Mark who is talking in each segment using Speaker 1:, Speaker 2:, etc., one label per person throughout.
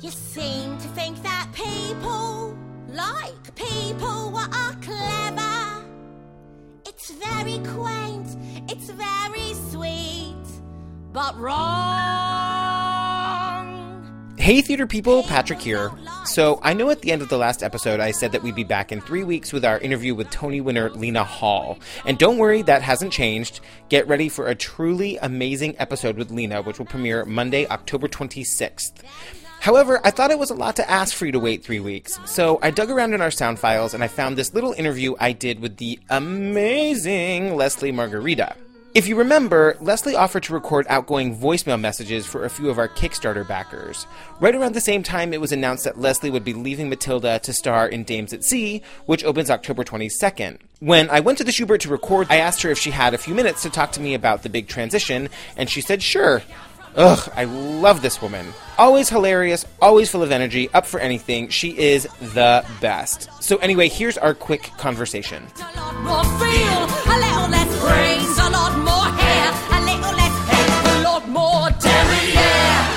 Speaker 1: You seem to think that people like people what are clever. It's very quaint, it's very sweet, but wrong.
Speaker 2: Hey, theater people, Patrick here. So, I know at the end of the last episode I said that we'd be back in three weeks with our interview with Tony winner Lena Hall. And don't worry, that hasn't changed. Get ready for a truly amazing episode with Lena, which will premiere Monday, October 26th. However, I thought it was a lot to ask for you to wait three weeks, so I dug around in our sound files and I found this little interview I did with the amazing Leslie Margarita. If you remember, Leslie offered to record outgoing voicemail messages for a few of our Kickstarter backers. Right around the same time, it was announced that Leslie would be leaving Matilda to star in Dames at Sea, which opens October 22nd. When I went to the Schubert to record, I asked her if she had a few minutes to talk to me about the big transition, and she said sure. Ugh, I love this woman. Always hilarious, always full of energy, up for anything. She is the best. So, anyway, here's our quick conversation.
Speaker 1: A lot more feel, a little less brains, a lot more hair, a little less head, a lot more derriere.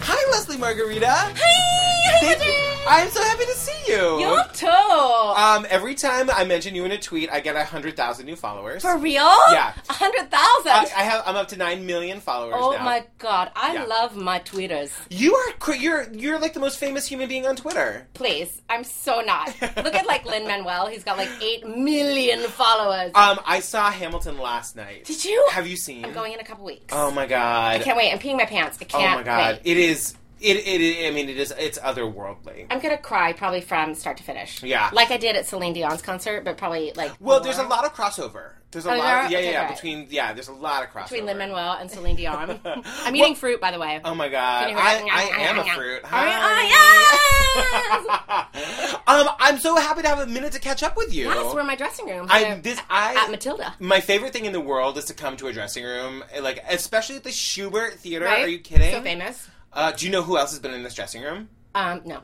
Speaker 2: Hi, Leslie Margarita.
Speaker 1: Hey,
Speaker 2: Thank you. I'm so happy to see you.
Speaker 1: you too.
Speaker 2: um, every time I mention you in a tweet, I get hundred thousand new followers.
Speaker 1: For real?
Speaker 2: Yeah.
Speaker 1: A hundred
Speaker 2: I,
Speaker 1: thousand.
Speaker 2: I have. I'm up to nine million followers
Speaker 3: Oh
Speaker 2: now.
Speaker 3: my god, I
Speaker 2: Yeah.
Speaker 3: love my tweeters.
Speaker 2: You are. cr- You're. You're like the most famous human being on Twitter.
Speaker 3: Please, I'm so not. Look at like Lin Manuel, he's got like 8 million followers.
Speaker 2: Um, I saw Hamilton last night.
Speaker 3: Did you?
Speaker 2: Have you seen?
Speaker 3: I'm going in a couple weeks.
Speaker 2: Oh my god.
Speaker 3: I can't wait. I'm peeing my pants. I
Speaker 2: oh
Speaker 3: can't
Speaker 2: my god.
Speaker 3: wait.
Speaker 2: It is. It, it. I mean, it is. It's otherworldly.
Speaker 3: I'm gonna cry probably from start to finish.
Speaker 2: Yeah.
Speaker 3: Like I did at Celine Dion's concert, but probably like.
Speaker 2: Well, there's a
Speaker 3: more
Speaker 2: lot of crossover. There's a
Speaker 3: Oh,
Speaker 2: lot.
Speaker 3: there-
Speaker 2: Of, yeah, yeah,
Speaker 3: okay,
Speaker 2: yeah.
Speaker 3: great.
Speaker 2: Between yeah, there's a lot of crossover.
Speaker 3: Between Lin Manuel and Celine Dion. I'm
Speaker 2: Well-
Speaker 3: eating fruit, by the way.
Speaker 2: Oh my god.
Speaker 3: Can you
Speaker 2: I,
Speaker 3: hear that?
Speaker 2: I am a
Speaker 3: Are
Speaker 2: fruit.
Speaker 3: you- oh,
Speaker 2: Hi. um, I'm so happy to have a minute to catch up with you.
Speaker 3: yes! We're in my dressing room.
Speaker 2: I this I
Speaker 3: at Matilda.
Speaker 2: My favorite thing in the world is to come to a dressing room, like especially at the Schubert Theater.
Speaker 3: Right?
Speaker 2: Are you kidding?
Speaker 3: So famous.
Speaker 2: Uh, do you know who else has been in this dressing room?
Speaker 3: Um, no.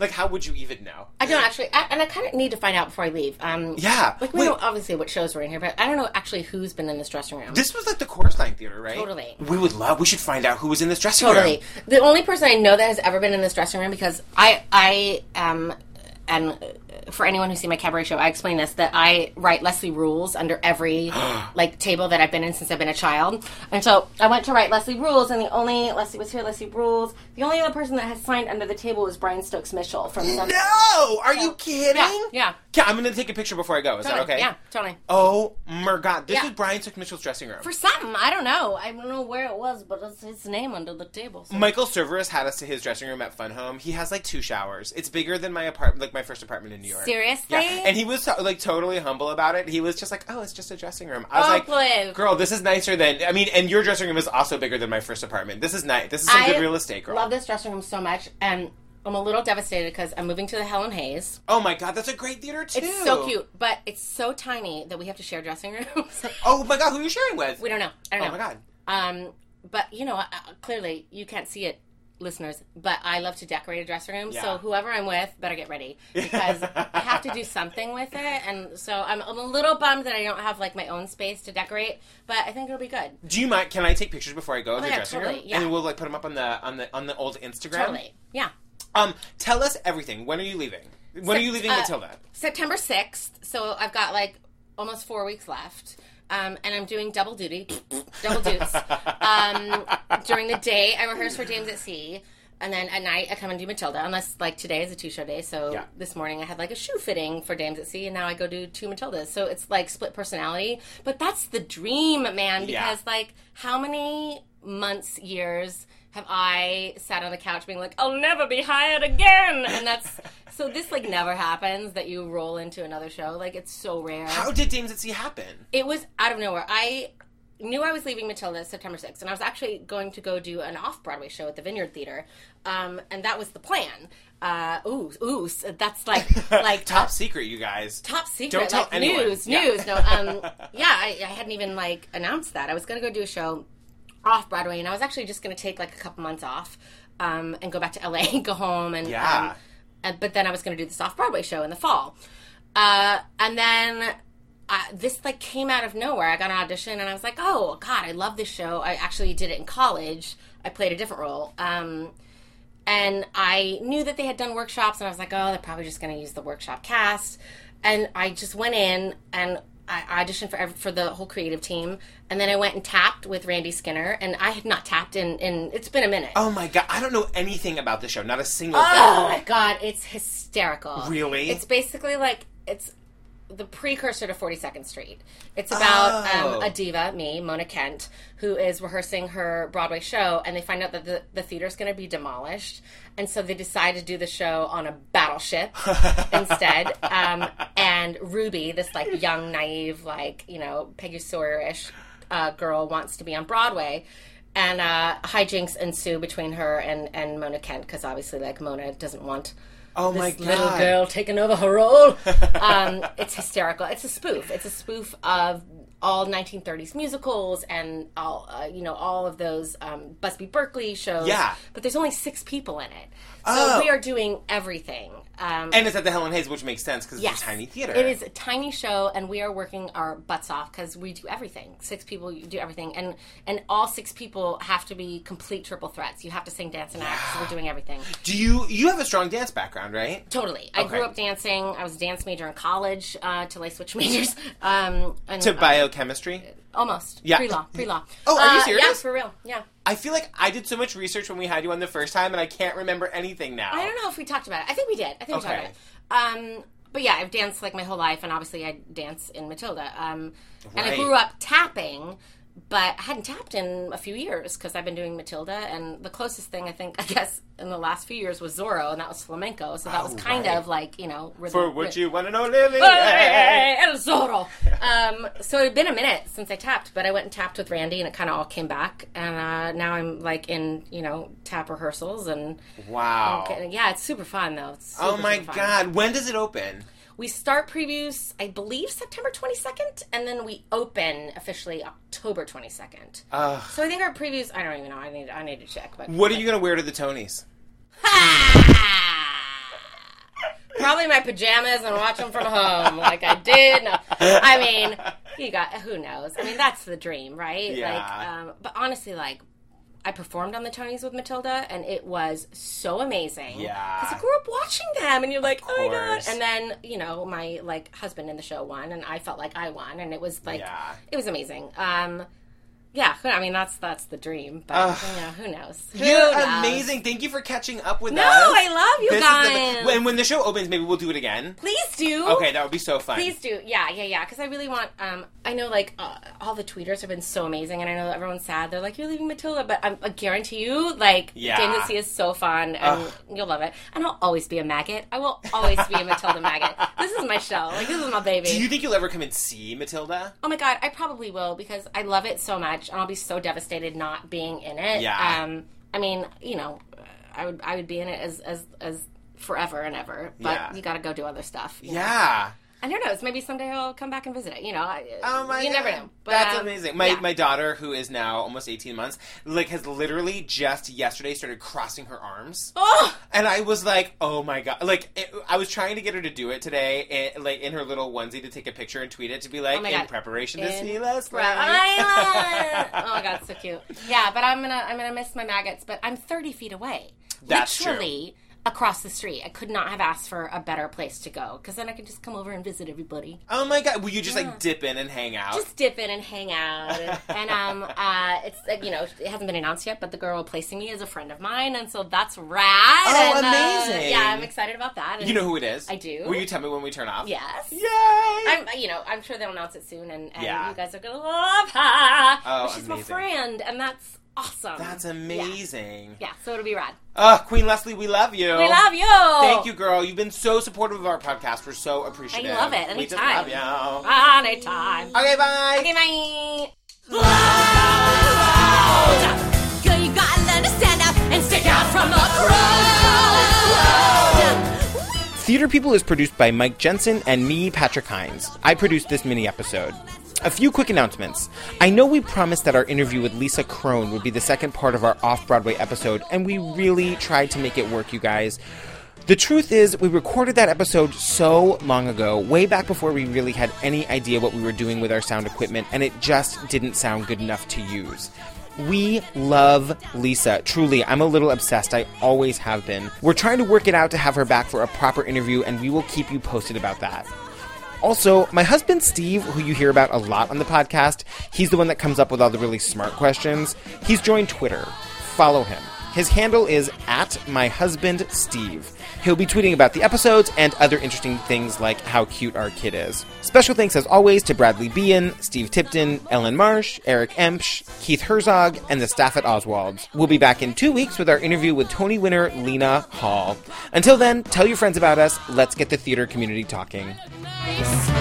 Speaker 2: like, how would you even know?
Speaker 3: I don't actually, I, and I kind of need to find out before I leave. Um,
Speaker 2: Yeah.
Speaker 3: Like we
Speaker 2: Wait.
Speaker 3: know obviously what shows we're in here, but I don't know actually who's been in this dressing room.
Speaker 2: This was like the chorus line theater, right?
Speaker 3: Totally.
Speaker 2: We would love. We should find out who was in this dressing
Speaker 3: totally.
Speaker 2: room.
Speaker 3: The only person I know that has ever been in this dressing room because I I um and uh, for anyone who's seen my cabaret show, I explain this that I write Leslie rules under every like table that I've been in since I've been a child. And so I went to write Leslie rules, and the only Leslie was here. Leslie rules. The only other person that has signed under the table was Brian Stokes Mitchell from. Sun-
Speaker 2: No, are you kidding?
Speaker 3: yeah.
Speaker 2: Yeah, I'm gonna take a picture before I go. Is that okay?
Speaker 3: Yeah, totally.
Speaker 2: Oh my god, this
Speaker 3: Yeah.
Speaker 2: is Brian Took Mitchell's dressing room.
Speaker 3: for something. I don't know. I don't know where it was, but it's his name under the table. so-
Speaker 2: Michael Cerveris had us to his dressing room at Fun Home. He has like two showers. It's bigger than my apartment, like my first apartment in New York.
Speaker 3: Seriously?
Speaker 2: Yeah. And he was like totally humble about it. He was just like, "Oh, it's just a dressing room." I was
Speaker 3: Oh,
Speaker 2: like,
Speaker 3: please.
Speaker 2: "Girl, this is nicer than I mean." And your dressing room is also bigger than my first apartment. This is nice. This is some
Speaker 3: I
Speaker 2: good real estate, girl.
Speaker 3: love this dressing room so much, and I'm a little devastated because I'm moving to the Helen Hayes.
Speaker 2: Oh my god, that's a great theater too.
Speaker 3: It's so cute, but it's so tiny that we have to share dressing rooms.
Speaker 2: Oh my god, who are you sharing with?
Speaker 3: we don't know. I don't
Speaker 2: oh
Speaker 3: know.
Speaker 2: my god.
Speaker 3: Um, but you know, uh, clearly you can't see it, listeners. But I love to decorate a dressing room,
Speaker 2: Yeah.
Speaker 3: so whoever I'm with better get ready because I have to do something with it. And so I'm, I'm a little bummed that I don't have like my own space to decorate, but I think it'll be good.
Speaker 2: Do you mind? Can I take pictures before I go of the
Speaker 3: yeah,
Speaker 2: dressing
Speaker 3: Oh totally,
Speaker 2: room?
Speaker 3: yeah.
Speaker 2: And we'll like put them up on the on the on the old Instagram.
Speaker 3: Totally. Yeah.
Speaker 2: Um, tell us everything. When are you leaving? When are you leaving
Speaker 3: uh,
Speaker 2: Matilda?
Speaker 3: September 6th, so I've got like almost four weeks left. Um, and I'm doing double duty, double dudes. Um, during the day, I rehearse for James at Sea. And then at night, I come and do Matilda, unless like today is a two show day. So
Speaker 2: Yeah.
Speaker 3: this morning, I had like a shoe fitting for Dames at Sea, and now I go do two Matildas. So it's like split personality. But that's the dream, man,
Speaker 2: Yeah.
Speaker 3: because like how many months, years have I sat on the couch being like, I'll never be hired again? And that's so this like never happens that you roll into another show. Like it's so rare.
Speaker 2: How did Dames at Sea happen?
Speaker 3: It was out of nowhere. I knew I was leaving Matilda September 6th, and I was actually going to go do an off Broadway show at the Vineyard Theater. Um, and that was the plan. Uh, ooh, ooh, so that's like, like
Speaker 2: Top secret, you guys.
Speaker 3: Uh, top secret.
Speaker 2: Don't tell
Speaker 3: like,
Speaker 2: anyone.
Speaker 3: News,
Speaker 2: Yeah.
Speaker 3: news. No, um, yeah, I, I hadn't even like announced that. I was gonna go do a show off Broadway, and I was actually just gonna take like a couple months off, um, and go back to LA, go home, and
Speaker 2: Yeah.
Speaker 3: Um, and- but then I was gonna do this off Broadway show in the fall, uh, and then. Uh, this like came out of nowhere. I got an audition and I was like, "Oh God, I love this show." I actually did it in college. I played a different role, um, And I knew that they had done workshops, and I was like, oh, they're probably just going to use the workshop cast. And I just went in and I auditioned for ev- for the whole creative team, and then I went and tapped with Randy Skinner, and I had not tapped in in it's been a minute.
Speaker 2: Oh my god, I don't know anything about the show. Not a single
Speaker 3: Oh my god, it's hysterical.
Speaker 2: Really?
Speaker 3: It's basically like it's the precursor to 42nd Street. It's about
Speaker 2: Oh.
Speaker 3: um, a diva, me, Mona Kent, who is rehearsing her Broadway show, and they find out that the, the theater's going to be demolished. And so they decide to do the show on a battleship instead. Um, and Ruby, this like young, naive, like, you know, Peggy Sawyer ish uh, girl, wants to be on Broadway. And uh, hijinks ensue between her and, and Mona Kent, because obviously, like, Mona doesn't want
Speaker 2: Oh my
Speaker 3: this
Speaker 2: god.
Speaker 3: little girl taking over her role. um, it's hysterical. It's a spoof. It's a spoof of all 1930s musicals and all uh, you know all of those um, Busby Berkeley shows.
Speaker 2: Yeah.
Speaker 3: but there's only six people in it, so
Speaker 2: Oh.
Speaker 3: we are doing everything. Um,
Speaker 2: And it's at the Helen Hayes, which makes sense because it's a tiny theater.
Speaker 3: It is a tiny show, and we are working our butts off because we do everything. Six people you do everything, and and all six people have to be complete triple threats. You have to sing, dance, and act. So we're doing everything.
Speaker 2: Do you you have a strong dance background, right?
Speaker 3: Totally. I
Speaker 2: Okay.
Speaker 3: grew up dancing. I was a dance major in college uh, till I switched majors. Um, and,
Speaker 2: To
Speaker 3: uh,
Speaker 2: biochemistry?
Speaker 3: almost.
Speaker 2: Yeah.
Speaker 3: Pre law. Pre law.
Speaker 2: Oh, are you
Speaker 3: Yeah,
Speaker 2: serious?
Speaker 3: for real. Yeah.
Speaker 2: I feel like I did so much research when we had you on the first time and I can't remember anything now.
Speaker 3: I don't know if we talked about it. I think we did. I think we
Speaker 2: Okay.
Speaker 3: talked about it. Um, but yeah, I've danced like my whole life, and obviously I dance in Matilda. Um, And
Speaker 2: Right.
Speaker 3: I grew up tapping, but I hadn't tapped in a few years because I've been doing Matilda. And the closest thing I think, I guess, in the last few years was Zorro, and that was flamenco. So that was kind
Speaker 2: Oh, right.
Speaker 3: of like, you know, rhythm.
Speaker 2: For what you want to know, Lily.
Speaker 3: Hey, El Zorro. Um, so it had been a minute since I tapped, but I went and tapped with Randy, and it kind of all came back. And uh, now I'm like in you know tap rehearsals, and
Speaker 2: Wow.
Speaker 3: getting- yeah, it's super fun though. It's super,
Speaker 2: Oh my
Speaker 3: super fun.
Speaker 2: god, when does it open?
Speaker 3: We start previews, I believe September 22nd, and then we open officially October 22nd.
Speaker 2: Ugh.
Speaker 3: so I think our previews. I don't even know. I need I need to check. But
Speaker 2: What are you going to wear to the Tonys?
Speaker 3: Probably my pajamas and watch them from home, like I did. No. I mean, you got who knows? I mean, that's the dream, right?
Speaker 2: Yeah.
Speaker 3: Like, um, but honestly, like. I performed on the Tonys with Matilda, and it was so amazing.
Speaker 2: Yeah.
Speaker 3: because I grew up watching them, and you're like, oh my god!
Speaker 2: course.
Speaker 3: And then you know, my like husband in the show won, and I felt like I won, and it was like,
Speaker 2: Yeah.
Speaker 3: it was amazing. Um, yeah, I mean, that's that's the dream, but you know, who knows? Who
Speaker 2: You're
Speaker 3: knows?
Speaker 2: amazing. Thank you for catching up with
Speaker 3: No,
Speaker 2: us.
Speaker 3: I love you
Speaker 2: is
Speaker 3: guys.
Speaker 2: the- when when the show opens, maybe we'll do it again.
Speaker 3: Please do.
Speaker 2: Okay, that would be so fun.
Speaker 3: Please do. Yeah, yeah, yeah. Because I really want. Um, I know like uh, all the tweeters have been so amazing, and I know that everyone's sad. They're like, "You're leaving Matilda," but I'm, I guarantee you, like,
Speaker 2: Yeah.
Speaker 3: getting to see is so fun, and you'll love it. And I'll always be a maggot. I will always be a Matilda maggot. This is my show. Like, this is my baby.
Speaker 2: Do you think you'll ever come and see Matilda?
Speaker 3: Oh my god, I probably will because I love it so much, and I'll be so devastated not being in it.
Speaker 2: Yeah.
Speaker 3: Um, I mean, you know, I would I would be in it as as as forever and ever, but
Speaker 2: Yeah.
Speaker 3: you got to go do other stuff. you know?
Speaker 2: Yeah.
Speaker 3: And who knows? Maybe someday I'll come back and visit it. You know, I,
Speaker 2: Oh my
Speaker 3: you
Speaker 2: God.
Speaker 3: never know. But,
Speaker 2: That's
Speaker 3: um,
Speaker 2: amazing. My
Speaker 3: yeah.
Speaker 2: my daughter, who is now almost eighteen months, like has literally just yesterday started crossing her arms.
Speaker 3: Oh!
Speaker 2: And I was like, oh my god! Like it, I was trying to get her to do it today, and, like in her little onesie, to take a picture and tweet it to be like
Speaker 3: Oh my
Speaker 2: in
Speaker 3: God.
Speaker 2: preparation to
Speaker 3: In
Speaker 2: see Leslie.
Speaker 3: Island. oh my god, so cute. Yeah, but I'm gonna I'm gonna miss my maggots. But I'm 30 feet away,
Speaker 2: That's true.
Speaker 3: literally across the street. I could not have asked for a better place to go because then I could just come over and visit everybody.
Speaker 2: oh my god! Will you just like dip in and hang out?
Speaker 3: Just dip in and hang out, and, and um, uh, it's uh, you know it hasn't been announced yet, but the girl replacing me is a friend of mine, and so that's rad.
Speaker 2: Oh,
Speaker 3: and, uh,
Speaker 2: amazing.
Speaker 3: yeah, I'm excited about that. and-
Speaker 2: you know who it is?
Speaker 3: I do.
Speaker 2: Will you tell me when we turn off?
Speaker 3: Yes.
Speaker 2: Yay!
Speaker 3: I'm, you know, I'm sure they'll announce it soon, and, and
Speaker 2: Yeah.
Speaker 3: you guys are gonna love her.
Speaker 2: Oh,
Speaker 3: she's my
Speaker 2: amazing.
Speaker 3: friend, and that's awesome.
Speaker 2: That's amazing.
Speaker 3: Yeah, so it'll be rad.
Speaker 2: Oh, Queen Leslie, we love you.
Speaker 3: We love you.
Speaker 2: Thank you, girl. You've been so supportive of our podcast. We're so appreciative.
Speaker 3: Oh. I love it.
Speaker 2: We just love
Speaker 3: Anytime.
Speaker 2: you.
Speaker 3: Anytime.
Speaker 2: Okay, bye.
Speaker 3: Okay, bye.
Speaker 1: Girl, you gotta learn to stand up and stick out from the crowd.
Speaker 2: Theater People is produced by Mike Jensen and me, Patrick Hines. I produced this mini episode. A few quick announcements. I know we promised that our interview with Lisa Crone would be the second part of our off Broadway episode, and we really tried to make it work, you guys. The truth is, we recorded that episode so long ago, way back before we really had any idea what we were doing with our sound equipment, and it just didn't sound good enough to use. We love Lisa. Truly, I'm a little obsessed. I always have been. We're trying to work it out to have her back for a proper interview, and we will keep you posted about that. Also, my husband Steve, who you hear about a lot on the podcast, he's the one that comes up with all the really smart questions. He's joined Twitter. Follow him. His handle is at my husband Steve. He'll be tweeting about the episodes and other interesting things like how cute our kid is. Special thanks, as always, to Bradley Behan, Steve Tipton, Ellen Marsh, Eric Empsch, Keith Herzog, and the staff at Oswald's. We'll be back in two weeks with our interview with Tony winner Lena Hall. Until then, tell your friends about us. Let's get the theater community talking.
Speaker 1: Nice.